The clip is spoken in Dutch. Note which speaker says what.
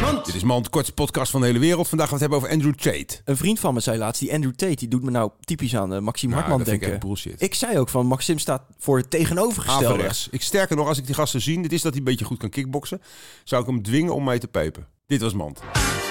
Speaker 1: Mand.
Speaker 2: Dit is Mand, kortste podcast van de hele wereld. Vandaag gaan we het hebben over Andrew Tate.
Speaker 1: Een vriend van me zei laatst, die Andrew Tate, die doet me nou typisch aan eh, Maxime
Speaker 2: Nou,
Speaker 1: Hartman
Speaker 2: dat vind ik
Speaker 1: denken.
Speaker 2: echt bullshit.
Speaker 1: Ik zei ook van, Maxime staat voor het tegenovergestelde.
Speaker 2: Averechts. Ik sterker nog, als ik die gasten zie, dit is dat hij een beetje goed kan kickboksen, zou ik hem dwingen om mij te pepen. Dit was Mand.